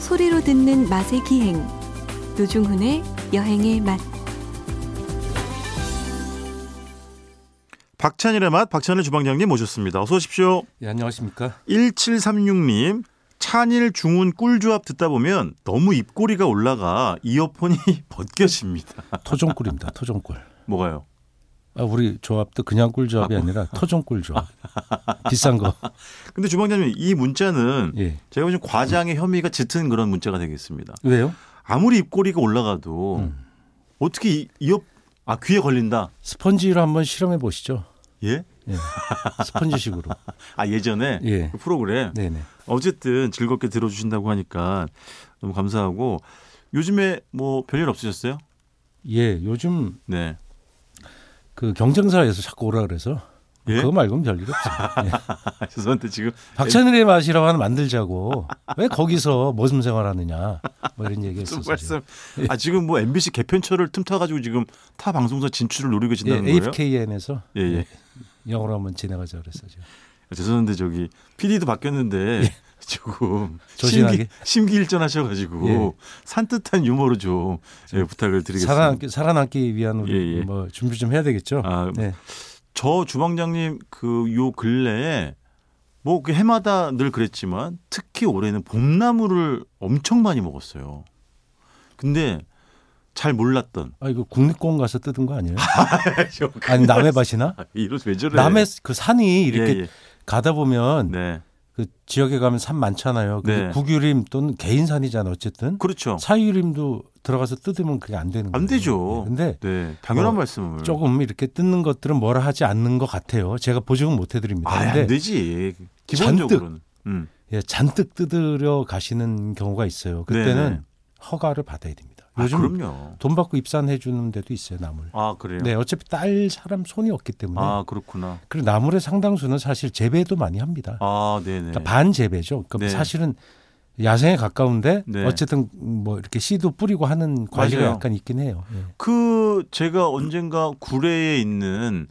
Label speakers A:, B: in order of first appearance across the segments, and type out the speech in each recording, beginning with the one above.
A: 소리로 듣는 맛의 기행 노중훈의 여행의 맛
B: 박찬일의 맛 박찬일 주방장님 모셨습니다. 어서 오십시오.
C: 예, 안녕하십니까?
B: 1736님 찬일 중훈 꿀조합 듣다 보면 너무 입꼬리가 올라가 이어폰이 벗겨집니다.
C: 토종꿀입니다. 토종꿀.
B: 뭐가요?
C: 아, 우리 조합도 그냥 꿀조합이 아니라 토종꿀 조합. 비싼 거.
B: 근데 주방장님 이 문자는
C: 예.
B: 제가 보기엔 과장의 혐의가 짙은 그런 문자가 되겠습니다.
C: 왜요?
B: 아무리 입꼬리가 올라가도
C: 음.
B: 어떻게 이- 이어 아 귀에 걸린다.
C: 스펀지로 한번 실험해 보시죠.
B: 예?
C: 예. 스펀지식으로.
B: 아 예전에
C: 예.
B: 그 프로그램
C: 네, 네.
B: 어쨌든 즐겁게 들어주신다고 하니까 너무 감사하고 요즘에 뭐 별일 없으셨어요?
C: 예, 요즘
B: 네.
C: 그 경쟁사에서 자꾸 오라 그래서
B: 예?
C: 그거 말고는 별일 없어요. 예.
B: 아, 죄송한데 지금
C: 박찬일의 맛이라고 하나 만들자고 왜 거기서 모순 생활하느냐 뭐 이런
B: 무슨
C: 얘기했었어요.
B: 말씀?
C: 예.
B: 아 지금 뭐 MBC 개편철을 틈타가지고 지금 타 방송사 진출을 노리고
C: 예,
B: 계신다는 거예요?
C: AFKN에서
B: 예, 예.
C: 영어로 한번 진행하자 그랬어요.
B: 죄송한데 저기 PD도 바뀌었는데 조금
C: 예. 조신하게.
B: 심기, 일전 하셔가지고
C: 예.
B: 산뜻한 유머로 좀 예, 부탁을 드리겠습니다.
C: 살아남기, 살아남기 위한 우리
B: 예, 예.
C: 뭐 준비 좀 해야 되겠죠.
B: 아,
C: 네.
B: 저 주방장님 그 요 근래에 뭐그 해마다 늘 그랬지만 특히 올해는 봄나물을 엄청 많이 먹었어요. 근데 잘 몰랐던
C: 아 이거 국립공원 가서 뜯은 거 아니에요? 아니 남해 밭이나?
B: 아, 이런 왜 저래?
C: 남해 그 산이 이렇게
B: 예, 예.
C: 가다 보면
B: 네
C: 그 지역에 가면 산 많잖아요. 그
B: 네.
C: 국유림 또는 개인산이잖아 어쨌든
B: 그렇죠.
C: 사유림도 들어가서 뜯으면 그게 안 되는 거예요.
B: 안 되죠.
C: 예, 근데
B: 네 당연한
C: 어,
B: 말씀을.
C: 조금 이렇게 뜯는 것들은 뭐라 하지 않는 것 같아요. 제가 보증은 못 해드립니다.
B: 아, 안
C: 근데
B: 되지. 기본적으로는. 음.
C: 예, 잔뜩 뜯으려 가시는 경우가 있어요. 그때는 허가를 받아야 됩니다.
B: 네, 아,
C: 요즘
B: 그럼요.
C: 돈 받고 입산해 주는 데도 있어요 나물.
B: 아 그래요.
C: 네, 어차피 딸 사람 손이 없기 때문에
B: 아 그렇구나.
C: 그리고 나물의 상당수는 사실 재배도 많이 합니다.
B: 아 네네.
C: 그러니까 반 재배죠. 그러니까
B: 네.
C: 사실은 야생에 가까운데
B: 네.
C: 어쨌든 뭐 이렇게 씨도 뿌리고 하는 관리가
B: 맞아요.
C: 약간 있긴 해요. 예.
B: 그 제가 언젠가 구례에 있는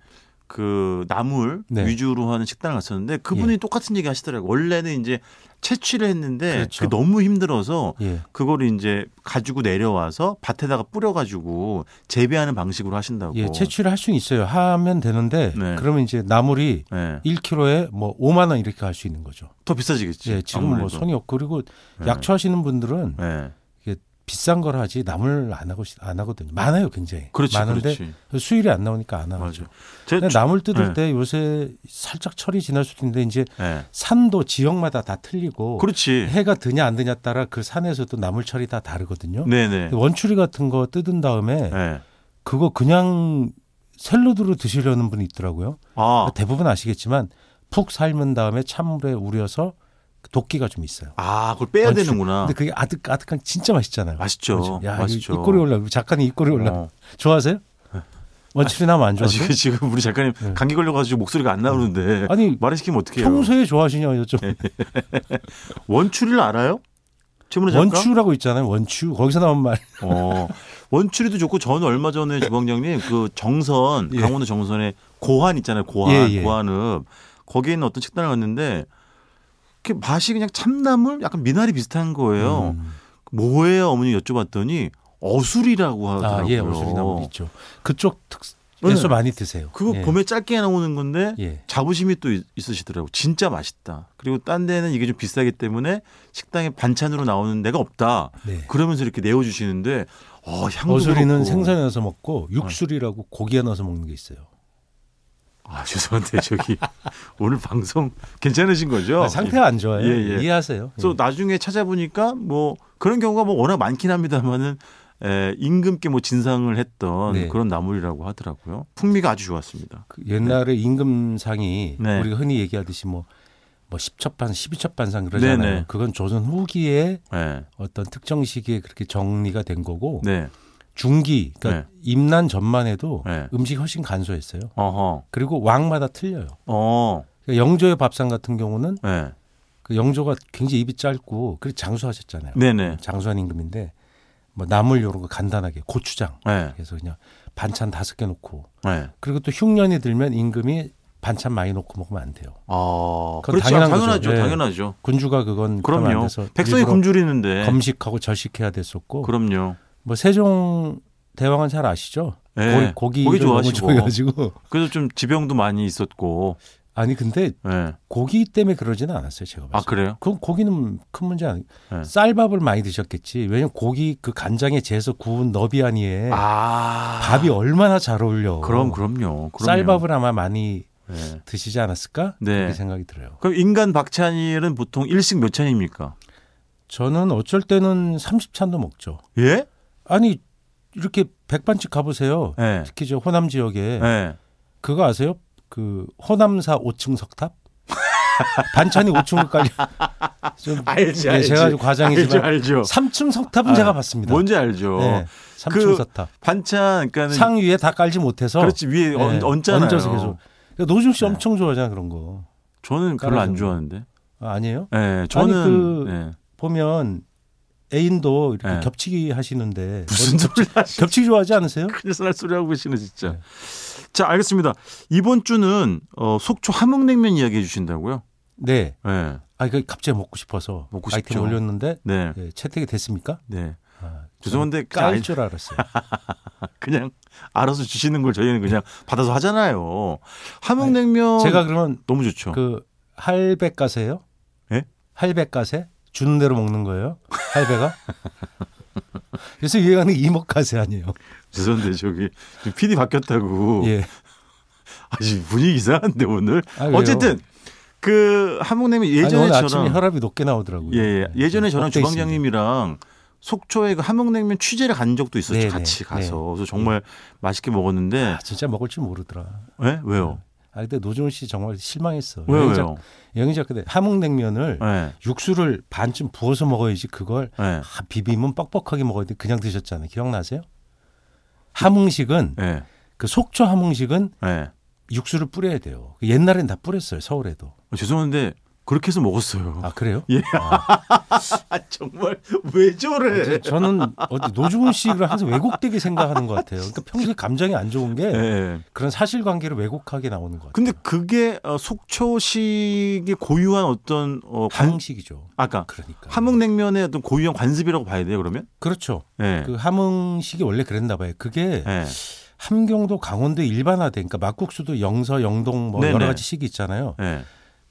B: 그 나물
C: 네. 예.
B: 위주로 하는 식당을 갔었는데 그분이 똑같은 얘기 하시더라고요. 원래는 이제 채취를 했는데
C: 그렇죠.
B: 그게 너무 힘들어서
C: 예.
B: 그거를 이제 가지고 내려와서 밭에다가 뿌려가지고 재배하는 방식으로 하신다고.
C: 예, 채취를 할 수는 있어요. 하면 되는데
B: 뭐. 네.
C: 그러면 이제 나물이
B: 예.
C: 1kg에 뭐 5만 원 이렇게 할 수 있는 거죠.
B: 더 비싸지겠지.
C: 예, 지금
B: 아무래도.
C: 뭐 손이 없고 그리고
B: 네.
C: 약초하시는 분들은
B: 예.
C: 이게 비싼 걸 하지 나물 안 하고 시- 안 하거든요. 많아요, 굉장히.
B: 그렇지,
C: 많은데
B: 그렇지.
C: 수율이 안 나오니까 안 하죠.
B: 맞아. 제
C: 근데 나물 뜯을
B: 네.
C: 때 요새 살짝 철이 지날 수도 있는데 이제
B: 예.
C: 산도 지역마다 다 틀리고
B: 그렇지.
C: 해가 드냐 안 드냐 따라 그 산에서도 나물철이 다 다르거든요. 네.
B: 네네.
C: 원추리 같은 거 뜯은 다음에
B: 예.
C: 그거 그냥 샐러드로 드시려는 분이 있더라고요.
B: 아,
C: 대부분 아시겠지만 푹 삶은 다음에 찬물에 우려서 그 도끼가 좀 있어요.
B: 아, 그걸 빼야
C: 원추리.
B: 되는구나.
C: 근데 그게 아득 아득한 진짜 맛있잖아요.
B: 맛있죠.
C: 야, 이거
B: 맛있죠.
C: 입꼬리 올라. 작가님 입꼬리 올라.
B: 어. 네.
C: 좋아하세요? 원추리 나면 안
B: 아, 지금,
C: 좋아하세요?
B: 지금 우리 작가님
C: 네.
B: 감기 걸려가지고 목소리가 안 나오는데
C: 아니,
B: 말을 시키면 어떡해요?
C: 평소에 좋아하시냐 요좀
B: 네. 원추리를 알아요? 최문호 작가?
C: 원추라고 있잖아요. 원추 거기서 나온 말.
B: 어. 원추리도 좋고 저는 얼마 전에 주방장님 그 정선
C: 예.
B: 강원도 정선에 고한 있잖아요. 고한
C: 예, 예.
B: 고한읍 거기에 있는 어떤 식당을 갔는데 그 맛이 그냥 참나물 약간 미나리 비슷한 거예요.
C: 음.
B: 뭐예요 어머니 여쭤봤더니 어술이라고 하더라고요.
C: 아, 예, 오수리 나물 있죠. 그쪽 특에서
B: 네.
C: 많이 드세요.
B: 그거
C: 예.
B: 봄에 짧게 나오는 건데
C: 예.
B: 자부심이 또 있- 있으시더라고. 진짜 맛있다. 그리고 딴 데는 이게 좀 비싸기 때문에 식당에 반찬으로 나오는 데가 없다.
C: 네.
B: 그러면서 이렇게 내어주시는데 어, 향도
C: 어수리는
B: 그렇고.
C: 생선에 넣어서 먹고 육수리라고 고기에 넣어서 먹는 게 있어요.
B: 아 죄송한데 저기 오늘 방송 괜찮으신 거죠?
C: 아, 상태가 안 좋아요.
B: 예, 예.
C: 이해하세요.
B: 그래서
C: 예.
B: 나중에 찾아보니까 뭐 그런 경우가 뭐 워낙 많긴 합니다만은 에, 임금께 뭐 진상을 했던
C: 네.
B: 그런 나물이라고 하더라고요. 풍미가 아주 좋았습니다.
C: 그 옛날에 임금상이
B: 네.
C: 우리가 흔히 얘기하듯이 뭐, 뭐 10첩반, 12첩반상 그러잖아요.
B: 네, 네.
C: 그건 조선 후기에
B: 네,
C: 어떤 특정 시기에 그렇게 정리가 된 거고
B: 네,
C: 중기, 그러니까 임난 전만 해도
B: 네.
C: 음식이 훨씬 간소했어요.
B: 어허,
C: 그리고 왕마다 틀려요.
B: 어,
C: 그러니까 영조의 밥상 같은 경우는
B: 네,
C: 그 영조가 굉장히 입이 짧고 그래서 장수하셨잖아요.
B: 네, 네,
C: 장수한 임금인데 뭐 나물 요런 거 간단하게 고추장
B: 네,
C: 그래서 그냥 반찬 다섯 개 놓고
B: 네.
C: 그리고 또 흉년이 들면 임금이 반찬 많이 넣고 먹으면 안 돼요.
B: 아,
C: 그건
B: 그렇죠.
C: 당연한
B: 당연하죠.
C: 거죠. 예.
B: 당연하죠.
C: 군주가 그건 하면 안
B: 그럼요.
C: 돼서
B: 백성이
C: 일부러
B: 굶주리는데. 네.
C: 검식하고 절식해야 됐었고
B: 그럼요.
C: 뭐 세종 대왕은 잘 아시죠?
B: 예. 고기
C: 고기, 고기를 너무
B: 좋아하시고.
C: 좋아해가지고
B: 그래서 좀 지병도 많이 있었고.
C: 아니 근데
B: 예.
C: 고기 때문에 그러지는 않았어요 제가
B: 아
C: 봤을 때.
B: 그래요?
C: 그 고기는 큰 문제 아니에요.
B: 네.
C: 쌀밥을 많이 드셨겠지. 왜냐면 고기 그 간장에 재서 구운 너비아니에
B: 아
C: 밥이 얼마나 잘 어울려.
B: 그럼 그럼요. 그럼요.
C: 쌀밥을 아마 많이
B: 예.
C: 드시지 않았을까?
B: 네.
C: 그렇게 생각이 들어요.
B: 그럼 인간 박찬일은 보통 일식 몇 찬입니까?
C: 저는 어쩔 때는 30찬도 먹죠.
B: 예?
C: 아니 이렇게 백반집 가보세요.
B: 예.
C: 특히 저 호남 지역에
B: 예.
C: 그거 아세요? 그 호남사 5층 석탑? 반찬이 5층으로 깔려. 좀
B: 알지,
C: 예,
B: 알지.
C: 제가 좀
B: 알죠,
C: 과장이지만
B: 알죠.
C: 3층 석탑은
B: 아,
C: 제가 봤습니다.
B: 뭔지 알죠.
C: 네, 3층
B: 그
C: 석탑.
B: 반찬, 그러니까
C: 상 위에 다 깔지 못해서
B: 그렇지 위에
C: 예,
B: 얹, 얹잖아요.
C: 얹어서 계속. 그러니까 노중 씨
B: 네.
C: 엄청 좋아하잖아 그런 거.
B: 저는 별로 안
C: 깔아주는 거.
B: 좋아하는데.
C: 아, 아니에요?
B: 예, 저는
C: 그-
B: 예.
C: 보면 애인도 이렇게
B: 네.
C: 겹치기 하시는데
B: 무슨 소리 하시?
C: 겹치기 좋아하지 않으세요?
B: 큰일 날 소리 하고 계시네 진짜.
C: 그 네.
B: 자, 알겠습니다. 이번 주는 어, 속초 함흥냉면 이야기해 주신다고요?
C: 네.
B: 네,
C: 아, 그 갑자기 먹고 싶어서
B: 먹고
C: 아이템
B: 싶죠.
C: 올렸는데
B: 네,
C: 예, 채택이 됐습니까?
B: 네.
C: 아,
B: 죄송한데 그냥, 아이-
C: 깔줄 알았어요.
B: 그냥 알아서 주시는 걸 저희는 그냥 받아서 하잖아요. 함흥냉면
C: 제가 그러면
B: 너무 좋죠.
C: 그 할배 가세요?
B: 예?
C: 할배 가세? 주는 대로 먹는 거예요? 할배가? 그래서 이해가 는 이목 가세 아니에요?
B: 어. 죄송한데 저기 지금 PD 바뀌었다고.
C: 예.
B: 아, 지금 분위기 이상한데 오늘.
C: 아, 왜요?
B: 어쨌든 그 함흥냉면
C: 아니, 오늘
B: 예전에
C: 아침에
B: 저랑
C: 혈압이 높게 나오더라고요. 네,
B: 예, 예. 예전에 저랑
C: 엎드려
B: 주방장님이랑 속초에 그 함흥냉면 취재를 간 적도 있었죠.
C: 네,
B: 같이
C: 네,
B: 가서 그래서 정말 맛있게 먹었는데
C: 있습니다. 아, 진짜 먹을 줄 모르더라.
B: 예? 왜요?
C: 아 근데 노종훈 씨 정말 실망했어.
B: 왜요?
C: 영희작-
B: 왜요?
C: 영희작 그때 함흥냉면을
B: 예.
C: 육수를 반쯤 부어서 먹어야지 그걸
B: 예.
C: 아, 비비면 뻑뻑하게 먹어야 돼. 그냥 드셨잖아요. 기억나세요?
B: 네.
C: 함흥식은
B: 예.
C: 그 속초 함흥식은
B: 예.
C: 육수를 뿌려야 돼요. 옛날엔 다 뿌렸어요. 서울에도.
B: 어, 죄송한데 그렇게 해서 먹었어요.
C: 아 그래요?
B: 예.
C: 아,
B: 아, 정말 왜 저래?
C: 근데 아, 저는 어디 노중훈 씨를 항상 왜곡되게 생각하는 것 같아요. 그러니까 평소에 감정이 안 좋은 게
B: 예.
C: 그런 사실관계를 왜곡하게 나오는 것 같아요.
B: 근데 그게 어, 속초식의 고유한 어떤 어, 관
C: 함흥식이죠.
B: 아까
C: 그러니까.
B: 함흥냉면의 어떤 고유한 관습이라고 봐야 돼요 그러면?
C: 그렇죠.
B: 예.
C: 그 함흥식이 원래 그랬나 봐요. 그게
B: 예.
C: 함경도 강원도 일반화돼. 그러니까 막국수도 영서, 영동 뭐
B: 네네.
C: 여러 가지 식이 있잖아요.
B: 예.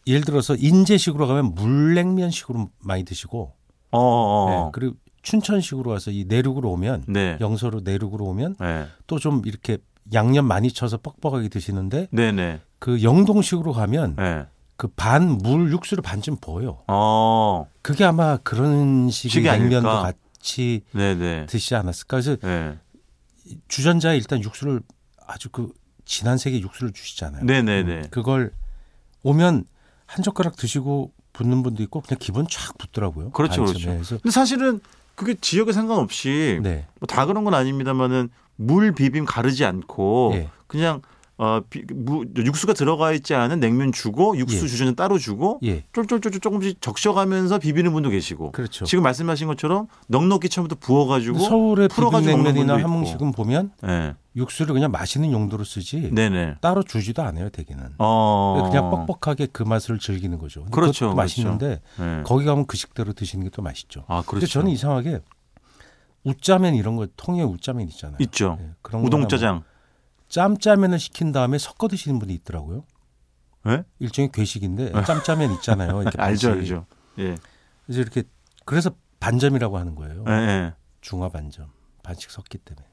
C: 예를 들어서 인제식으로 가면 물냉면식으로 많이 드시고
B: 어, 어,
C: 예, 그
B: 어.
C: 그리고 춘천식으로 와서 이 내륙으로 오면
B: 네.
C: 영서로 내륙으로 오면
B: 예.
C: 또 좀 이렇게 양념 많이 쳐서 뻑뻑하게 드시는데
B: 네, 네.
C: 그 영동식으로 가면
B: 예.
C: 그 반 물 육수를 반쯤 보여.
B: 어.
C: 그게 아마 그런 식의
B: 식이 아닐까?
C: 냉면도 같이
B: 네, 네.
C: 드시지 않았을까. 그래서
B: 예.
C: 주전자에 일단 육수를 아주 그 진한 색의 육수를 주시잖아요.
B: 네, 네, 네.
C: 음, 그걸 오면 한 젓가락 드시고 붓는 분도 있고 그냥 기본 쫙 붙더라고요.
B: 그렇죠,
C: 반쯤에. 그래서
B: 근데 사실은 그게 지역에 상관없이
C: 네.
B: 뭐다 그런 건 아닙니다만은 물 비빔 가르지 않고
C: 예.
B: 그냥 어, 비- 무- 육수가 들어가 있지 않은 냉면 주고 육수
C: 예.
B: 주전자 따로 주고
C: 예.
B: 쫄쫄쫄쫄 조금씩 적셔가면서 비비는 분도 계시고
C: 그렇죠.
B: 지금 말씀하신 것처럼 넉넉히 처음부터 부어가지고
C: 서울의
B: 풀어가지고 먹는
C: 비빔냉면이나
B: 분도
C: 함흥식은 보면
B: 예.
C: 육수를 그냥 마시는 용도로 쓰지
B: 네네.
C: 따로 주지도 않아요, 대개는.
B: 어.
C: 그냥 뻑뻑하게 그 맛을 즐기는 거죠. 근데
B: 그렇죠,
C: 그것도 맛있는데
B: 예.
C: 거기 가면 그 식대로 드시는 게 또 맛있죠.
B: 아
C: 근데
B: 그렇죠.
C: 저는 이상하게 우짜면 이런 거 통에 우짜면 있잖아요.
B: 있죠.
C: 예, 그런 거 하나
B: 어. 우동짜장.
C: 짬짜면을 시킨 다음에 섞어 드시는 분이 있더라고요.
B: 예?
C: 일종의 괴식인데 짬짜면 있잖아요. 이렇게
B: 네. 알죠,
C: 반씩.
B: 알죠. 예.
C: 그래서 이렇게 그래서 반점이라고 하는 거예요.
B: 예, 예.
C: 중화 반점 반씩 섞기 때문에.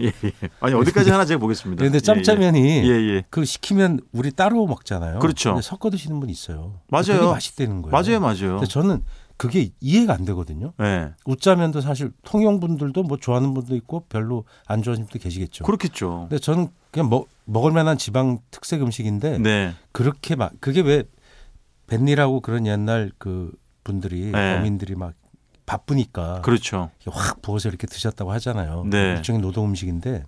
B: 예, 예. 아니 어디까지 하나 제가 보겠습니다.
C: 그런데 네, 짬짜면이
B: 네. 예, 예. 예, 예.
C: 그 시키면 우리 따로 먹잖아요.
B: 그렇죠.
C: 근데 섞어 드시는 분 있어요.
B: 맞아요.
C: 되게 맛있다는 거예요.
B: 맞아요, 맞아요.
C: 근데 저는 그게 이해가 안 되거든요.
B: 예.
C: 웃자면도 사실 통영 분들도 뭐 좋아하는 분도 있고 별로 안 좋아하는 분도 계시겠죠.
B: 그렇겠죠.
C: 근데 저는 그냥 먹, 먹을 만한 지방 특색 음식인데
B: 네.
C: 그렇게 막 그게 왜 벤니라고 그런 옛날 그 분들이
B: 네.
C: 어민들이 막 바쁘니까
B: 그렇죠.
C: 이렇게 확 부어서 이렇게 드셨다고 하잖아요.
B: 네.
C: 일종의 노동 음식인데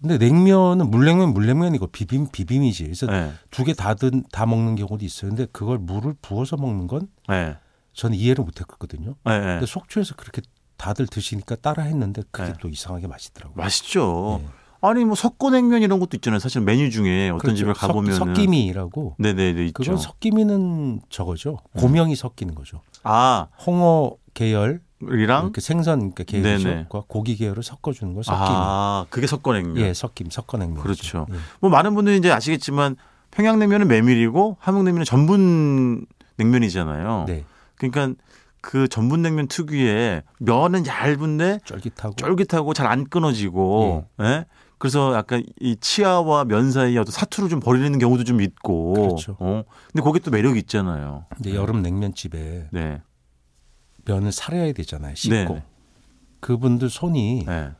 C: 근데 냉면은 물냉면 물냉면이고 그 비빔 비빔이지. 그래서
B: 예.
C: 두 개 다든 다 먹는 경우도 있어요. 근데 그걸 물을 부어서 먹는 건
B: 예.
C: 저는 이해를 못했거든요.
B: 예, 예.
C: 근데 속초에서 그렇게 다들 드시니까 따라 했는데 그게
B: 네.
C: 또 이상하게 맛있더라고요.
B: 맛있죠.
C: 네.
B: 아니 뭐 석고냉면 이런 것도 있잖아요. 사실 메뉴 중에 어떤 집을 그렇죠. 가보면
C: 그렇죠. 석김이라고.
B: 네네네 있죠. 음.
C: 그건 석김이는 저거죠. 고명이 섞이는 거죠.
B: 아
C: 홍어 계열,
B: 이랑
C: 이렇게 생선 그
B: 네네.
C: 계열과 고기 계열을 섞어주는 걸 섞김.
B: 아 그게 석고냉면.
C: 예, 섞김, 섞어냉면.
B: 그렇죠.
C: 예.
B: 뭐 많은 분들이 이제 아시겠지만 평양냉면은 메밀이고 함흥냉면은 전분 냉면이잖아요.
C: 네,
B: 그러니까 그 전분 냉면 특유의 면은 얇은데
C: 쫄깃하고.
B: 쫄깃하고 잘 안 끊어지고 예? 그래서 약간 이 치아와 면 사이에 어떤 사투를 좀 버리는 경우도 좀 있고
C: 그렇죠.
B: 어? 근데 그게 또 매력이 있잖아요.
C: 근데 여름 냉면집에
B: 네.
C: 면을 사려야 되잖아요. 씻고.
B: 네.
C: 그분들 손이
B: 네.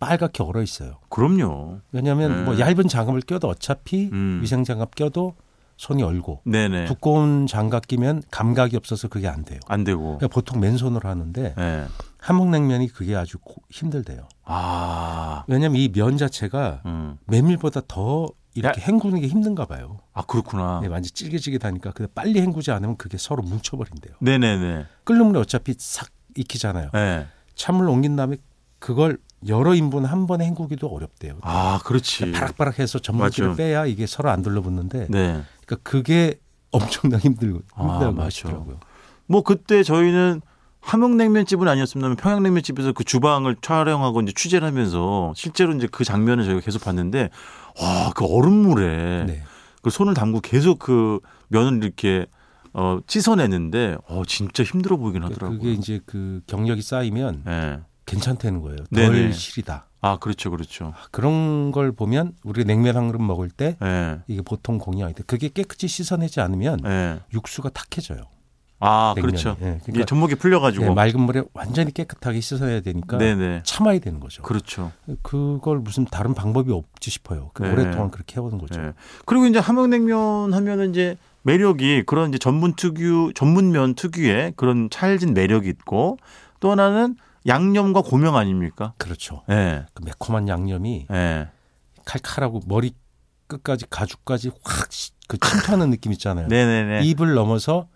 C: 빨갛게 얼어 있어요.
B: 그럼요.
C: 왜냐하면
B: 네.
C: 뭐 얇은 장갑을 껴도 어차피
B: 음.
C: 위생 장갑 껴도 손이 얼고
B: 네네.
C: 두꺼운 장갑 끼면 감각이 없어서 그게 안 돼요.
B: 안 되고.
C: 그러니까 보통 맨손으로 하는데
B: 네.
C: 함흥냉면이 그게 아주 고- 힘들대요.
B: 아.
C: 왜냐하면 이 면 자체가
B: 음.
C: 메밀보다 더 이렇게 헹구는 게 힘든가 봐요.
B: 아 그렇구나.
C: 네, 완전 질깃질깃하니까 근데 빨리 헹구지 않으면 그게 서로 뭉쳐버린대요.
B: 네네네.
C: 끓는 물에 어차피 싹 익히잖아요.
B: 네.
C: 찬물 옮긴 다음에 그걸 여러 인분 한 번에 헹구기도 어렵대요.
B: 아 그렇지.
C: 그러니까 바락바락해서 전분기를
B: 맞죠.
C: 빼야 이게 서로 안 둘러붙는데
B: 네.
C: 그러니까 그게 엄청나게 힘들고
B: 아,
C: 힘들다고
B: 맞죠.
C: 하시더라고요.
B: 뭐 그때 저희는 함흥냉면 집은 아니었습니다만 평양냉면 집에서 그 주방을 촬영하고 이제 취재를 하면서 실제로 이제 그 장면을 저희가 계속 봤는데 와그 얼음물에
C: 네.
B: 그 손을 담고 계속 그 면을 이렇게 어 씻어내는데 어 진짜 힘들어 보이긴 하더라고요.
C: 그러니까 그게 이제 그 경력이 쌓이면
B: 예.
C: 괜찮다는 거예요. 덜
B: 네네.
C: 시리다.
B: 아 그렇죠, 그렇죠.
C: 아, 그런 걸 보면 우리 냉면 한 그릇 먹을 때
B: 예.
C: 이게 보통 공이 아닌데 그게 깨끗이 씻어내지 않으면
B: 예.
C: 육수가 탁해져요.
B: 아
C: 냉면이.
B: 그렇죠.
C: 예,
B: 이게
C: 그러니까
B: 전목이 풀려가지고.
C: 예, 맑은 물에 완전히 깨끗하게 씻어내야 되니까
B: 네네.
C: 참아야 되는 거죠.
B: 그렇죠.
C: 그걸 무슨 다른 방법이 없지 싶어요. 그
B: 네.
C: 오랫동안 그렇게 해오는 거죠.
B: 예. 그리고 이제 함흥냉면 하면은 이제 매력이 그런 이제 전분 특유 전분면 특유의 그런 찰진 매력이 있고 또 하나는 양념과 고명 아닙니까?
C: 그렇죠.
B: 예.
C: 그 매콤한 양념이
B: 예.
C: 칼칼하고 머리 끝까지 가죽까지 확 그 침투하는 느낌 있잖아요.
B: 네네네. 네.
C: 입을 넘어서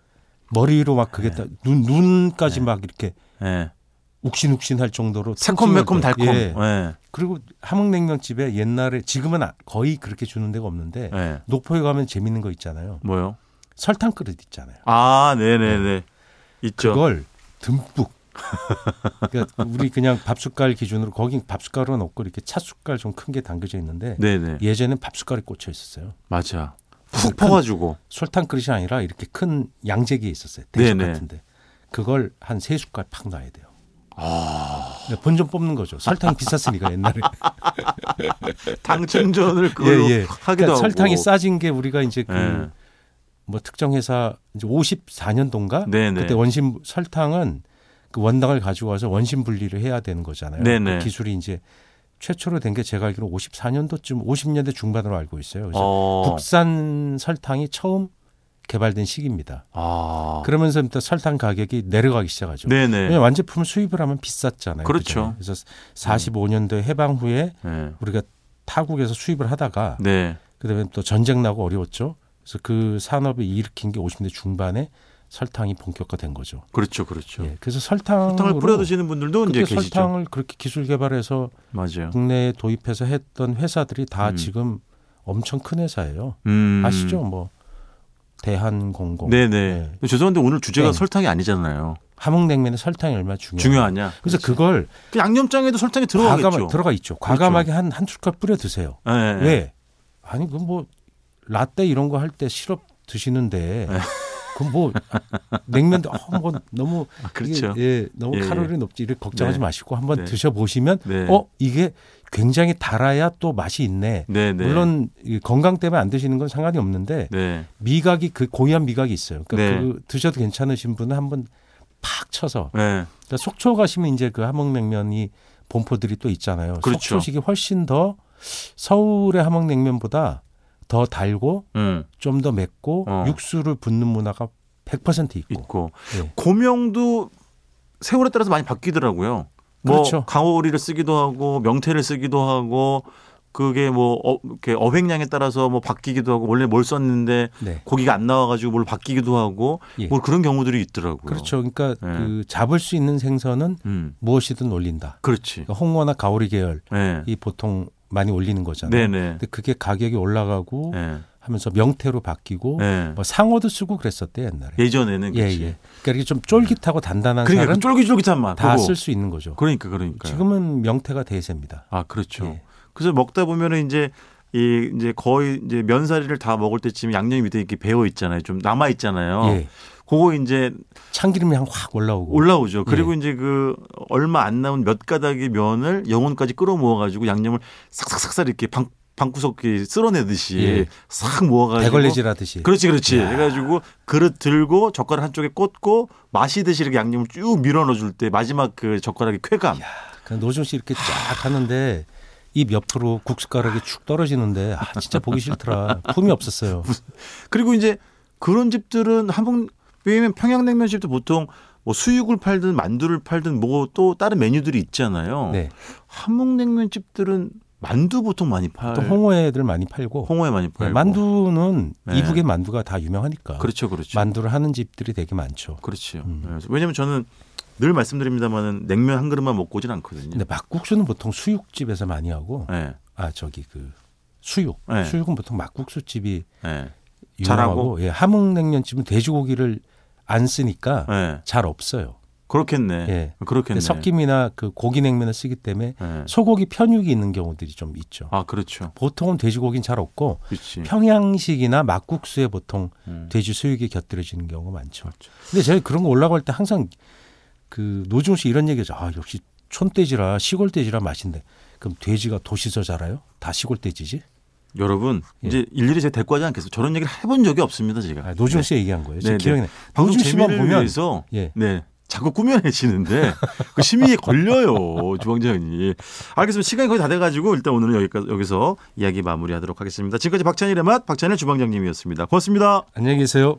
C: 머리 위로 막 그게 다, 눈 눈까지 막 이렇게
B: 예.
C: 욱신욱신할 정도로
B: 네. 새콤매콤 달콤.
C: 통증을 줘요. 예.
B: 예.
C: 그리고 함흥냉면 집에 옛날에 지금은 아- 거의 그렇게 주는 데가 없는데
B: 예.
C: 녹포에 가면 재밌는 거 있잖아요.
B: 뭐요?
C: 설탕 그릇 있잖아요.
B: 아, 네네네. 있죠.
C: 예. 그걸 듬뿍. 그러니까 우리 그냥 밥숟갈 기준으로 거긴 밥숟갈은 없고 이렇게 찻숟갈 좀 큰 게 담겨져 있는데
B: 네네.
C: 예전엔 밥숟갈이 꽂혀 있었어요.
B: 맞아.
C: 그래서
B: 푹 퍼가지고.
C: 설탕 그릇이 아니라 이렇게 큰 양재기 에 있었어요. 대식
B: 네네.
C: 같은데 그걸 한 세 숟갈 팍 넣어야 돼요.
B: 아.
C: 네, 본전 뽑는 거죠. 설탕이 비쌌으니까 옛날에.
B: 당충전을 그걸로 하기도
C: 그 예, 그러니까
B: 하고.
C: 설탕이 싸진 게 우리가 이제 그
B: 예.
C: 뭐 특정 회사 이제 54년도인가
B: 네네.
C: 그때 원심 설탕은 그 원당을 가지고 와서 원심 분리를 해야 되는 거잖아요.
B: 네네.
C: 그 기술이 이제 최초로 된 게 제가 알기로 54년도쯤 50년대 중반으로 알고 있어요. 그래서
B: 어.
C: 국산 설탕이 처음 개발된 시기입니다.
B: 아.
C: 그러면서부터 설탕 가격이 내려가기 시작하죠.
B: 네네.
C: 왜냐면 완제품 수입을 하면 비쌌잖아요.
B: 그렇죠.
C: 그전에. 그래서 45년도 해방 후에
B: 예.
C: 우리가 타국에서 수입을 하다가
B: 네.
C: 그다음에 또 전쟁 나고 어려웠죠. 그래서 그 산업을 일으킨 게 50대 중반에 설탕이 본격화된 거죠.
B: 그렇죠, 그렇죠.
C: 예, 그래서 설탕
B: 설탕을 뿌려 드시는 분들도 이제
C: 그때
B: 계시죠.
C: 설탕을 그렇게 기술 개발해서
B: 맞아요.
C: 국내에 도입해서 했던 회사들이 다
B: 음.
C: 지금 엄청 큰 회사예요.
B: 음.
C: 아시죠? 뭐 대한공공,
B: 네네. 죄송한데 오늘 주제가
C: 네.
B: 설탕이 아니잖아요.
C: 함흥냉면에 설탕이 얼마나 중요해요.
B: 중요하냐?
C: 그래서 그걸
B: 그 양념장에도 설탕이
C: 과감하게
B: 들어가겠죠. 그렇죠.
C: 들어가 네. 있죠. 과감하게 한 한 숟갈 뿌려 드세요.
B: 예, 예.
C: 왜? 아니 그 뭐 라떼 이런 거 할 때 시럽 드시는데
B: 네.
C: 그 뭐 냉면도 어, 뭐 너무
B: 아, 그렇죠.
C: 이게, 예, 너무
B: 예, 예.
C: 칼로리 높지 이렇게 걱정하지
B: 네.
C: 마시고 한번
B: 네.
C: 드셔보시면
B: 네.
C: 어 이게 굉장히 달아야 또 맛이 있네.
B: 네네.
C: 물론 이 건강 때문에 안 드시는 건 상관이 없는데
B: 네.
C: 미각이 그 고유한 미각이 있어요. 그러니까
B: 네.
C: 그 드셔도 괜찮으신 분은 한번 팍 쳐서
B: 네.
C: 그러니까 속초 가시면 이제 그 함흥냉면이 본포들이 또 있잖아요.
B: 그렇죠.
C: 속초식이 훨씬 더 서울의 함흥냉면보다 더 달고
B: 음.
C: 좀 더 맵고
B: 어.
C: 육수를 붓는 문화가 100% 있고.
B: 있고
C: 예.
B: 고명도 세월에 따라서 많이 바뀌더라고요. 뭐
C: 그렇죠.
B: 강오리를 쓰기도 하고 명태를 쓰기도 하고 그게 뭐 어, 이렇게 어획량에 따라서 뭐 바뀌기도 하고 원래 뭘 썼는데
C: 네.
B: 고기가 안 나와가지고 뭘 바뀌기도 하고
C: 예.
B: 뭐 그런 경우들이 있더라고요.
C: 그렇죠. 그러니까
B: 예.
C: 그 잡을 수 있는 생선은
B: 음.
C: 무엇이든 올린다.
B: 그렇지.
C: 그러니까 홍어나 가오리 계열
B: 예.
C: 이 보통 많이 올리는 거잖아요.
B: 네네.
C: 근데 그게 가격이 올라가고
B: 예.
C: 하면서 명태로 바뀌고
B: 예.
C: 뭐 상어도 쓰고 그랬었대 옛날에.
B: 예전에는
C: 예,
B: 그치.
C: 예. 그러니까 이게 좀 쫄깃하고 단단한
B: 그러니까 그
C: 살은
B: 쫄깃쫄깃한 맛.
C: 다
B: 그거.
C: 쓸 수 있는 거죠.
B: 그러니까 그러니까.
C: 지금은 명태가 대세입니다.
B: 아 그렇죠.
C: 예.
B: 그래서 먹다 보면은 이제 이 이제 거의 이제 면사리를 다 먹을 때쯤 양념이 밑에 이렇게 배어 있잖아요. 좀 남아 있잖아요.
C: 예.
B: 그거 이제
C: 참기름이 향 확 올라오고.
B: 어.
C: 예.
B: 올라오죠. 그리고 이제 그 얼마 안 남은 몇 가닥의 면을 영혼까지 끌어모아 가지고 양념을 싹싹싹싹 이렇게 방 방구석 이렇게 쓸어내듯이
C: 예.
B: 싹 모아가지고
C: 대걸레질 하듯이.
B: 그렇지, 그렇지. 해가지고 그릇 들고 젓가락 한쪽에 꽂고 마시듯이 이렇게 양념을 쭉 밀어 넣어줄 때 마지막 그 젓가락의 쾌감.
C: 그 노중 씨 이렇게 쫙 하는데 입 옆으로 국숟가락이 축 떨어지는데 아 진짜 보기 싫더라. 품이 없었어요.
B: 그리고 이제 그런 집들은 한국 왜냐면 평양냉면 집도 보통 뭐 수육을 팔든 만두를 팔든 뭐 또 다른 메뉴들이 있잖아요.
C: 네.
B: 한국냉면 집들은 만두 보통 많이 팔.
C: 또 홍어회들 많이 팔고.
B: 홍어에 많이
C: 예,
B: 팔고.
C: 만두는
B: 네.
C: 이북의 만두가 다 유명하니까.
B: 그렇죠, 그렇죠.
C: 만두를 하는 집들이 되게 많죠.
B: 그렇죠.
C: 음.
B: 네. 왜냐면 저는 늘 말씀드립니다만은 냉면 한 그릇만 먹고 오진 않거든요.
C: 근데 막국수는 보통 수육집에서 많이 하고
B: 예.
C: 아 저기 그 수육
B: 네.
C: 수육은 보통 막국수 집이
B: 예. 잘하고?
C: 유명하고 예, 함흥냉면 집은 돼지고기를 안 쓰니까
B: 예.
C: 잘 없어요.
B: 그렇겠네.
C: 예.
B: 그렇겠네.
C: 근데 섞임이나 그 고기 냉면을 쓰기 때문에
B: 예.
C: 소고기 편육이 있는 경우들이 좀 있죠.
B: 아 그렇죠.
C: 보통은 돼지고기는 잘 없고
B: 그렇지.
C: 평양식이나 막국수에 보통
B: 음. 그렇죠.
C: 돼지 수육이 곁들여지는 경우가 많죠. 근데 제가 그런 거 올라갈 때 항상 그 노중 씨 이런 얘기죠. 아 역시 촌돼지라 시골돼지라 맛인데 그럼 돼지가 도시서 자라요? 다 시골돼지지?
B: 여러분
C: 예.
B: 이제 일일이 제가 대꾸하지 않겠어요. 저런 얘기를 해본 적이 없습니다 제가.
C: 아, 노중
B: 네.
C: 씨 얘기한 거예요.
B: 네,
C: 제 기억이 나.
B: 방송
C: 노중 씨만
B: 재미를
C: 보면
B: 위해서
C: 예.
B: 네 자꾸 꾸며내시는데 그 심의에 걸려요 주방장님. 알겠습니다. 시간이 거의 다 돼가지고 일단 오늘은 여기까지 여기서 이야기 마무리하도록 하겠습니다. 지금까지 박찬일의 맛 박찬일 주방장님이었습니다. 고맙습니다.
C: 안녕히 계세요.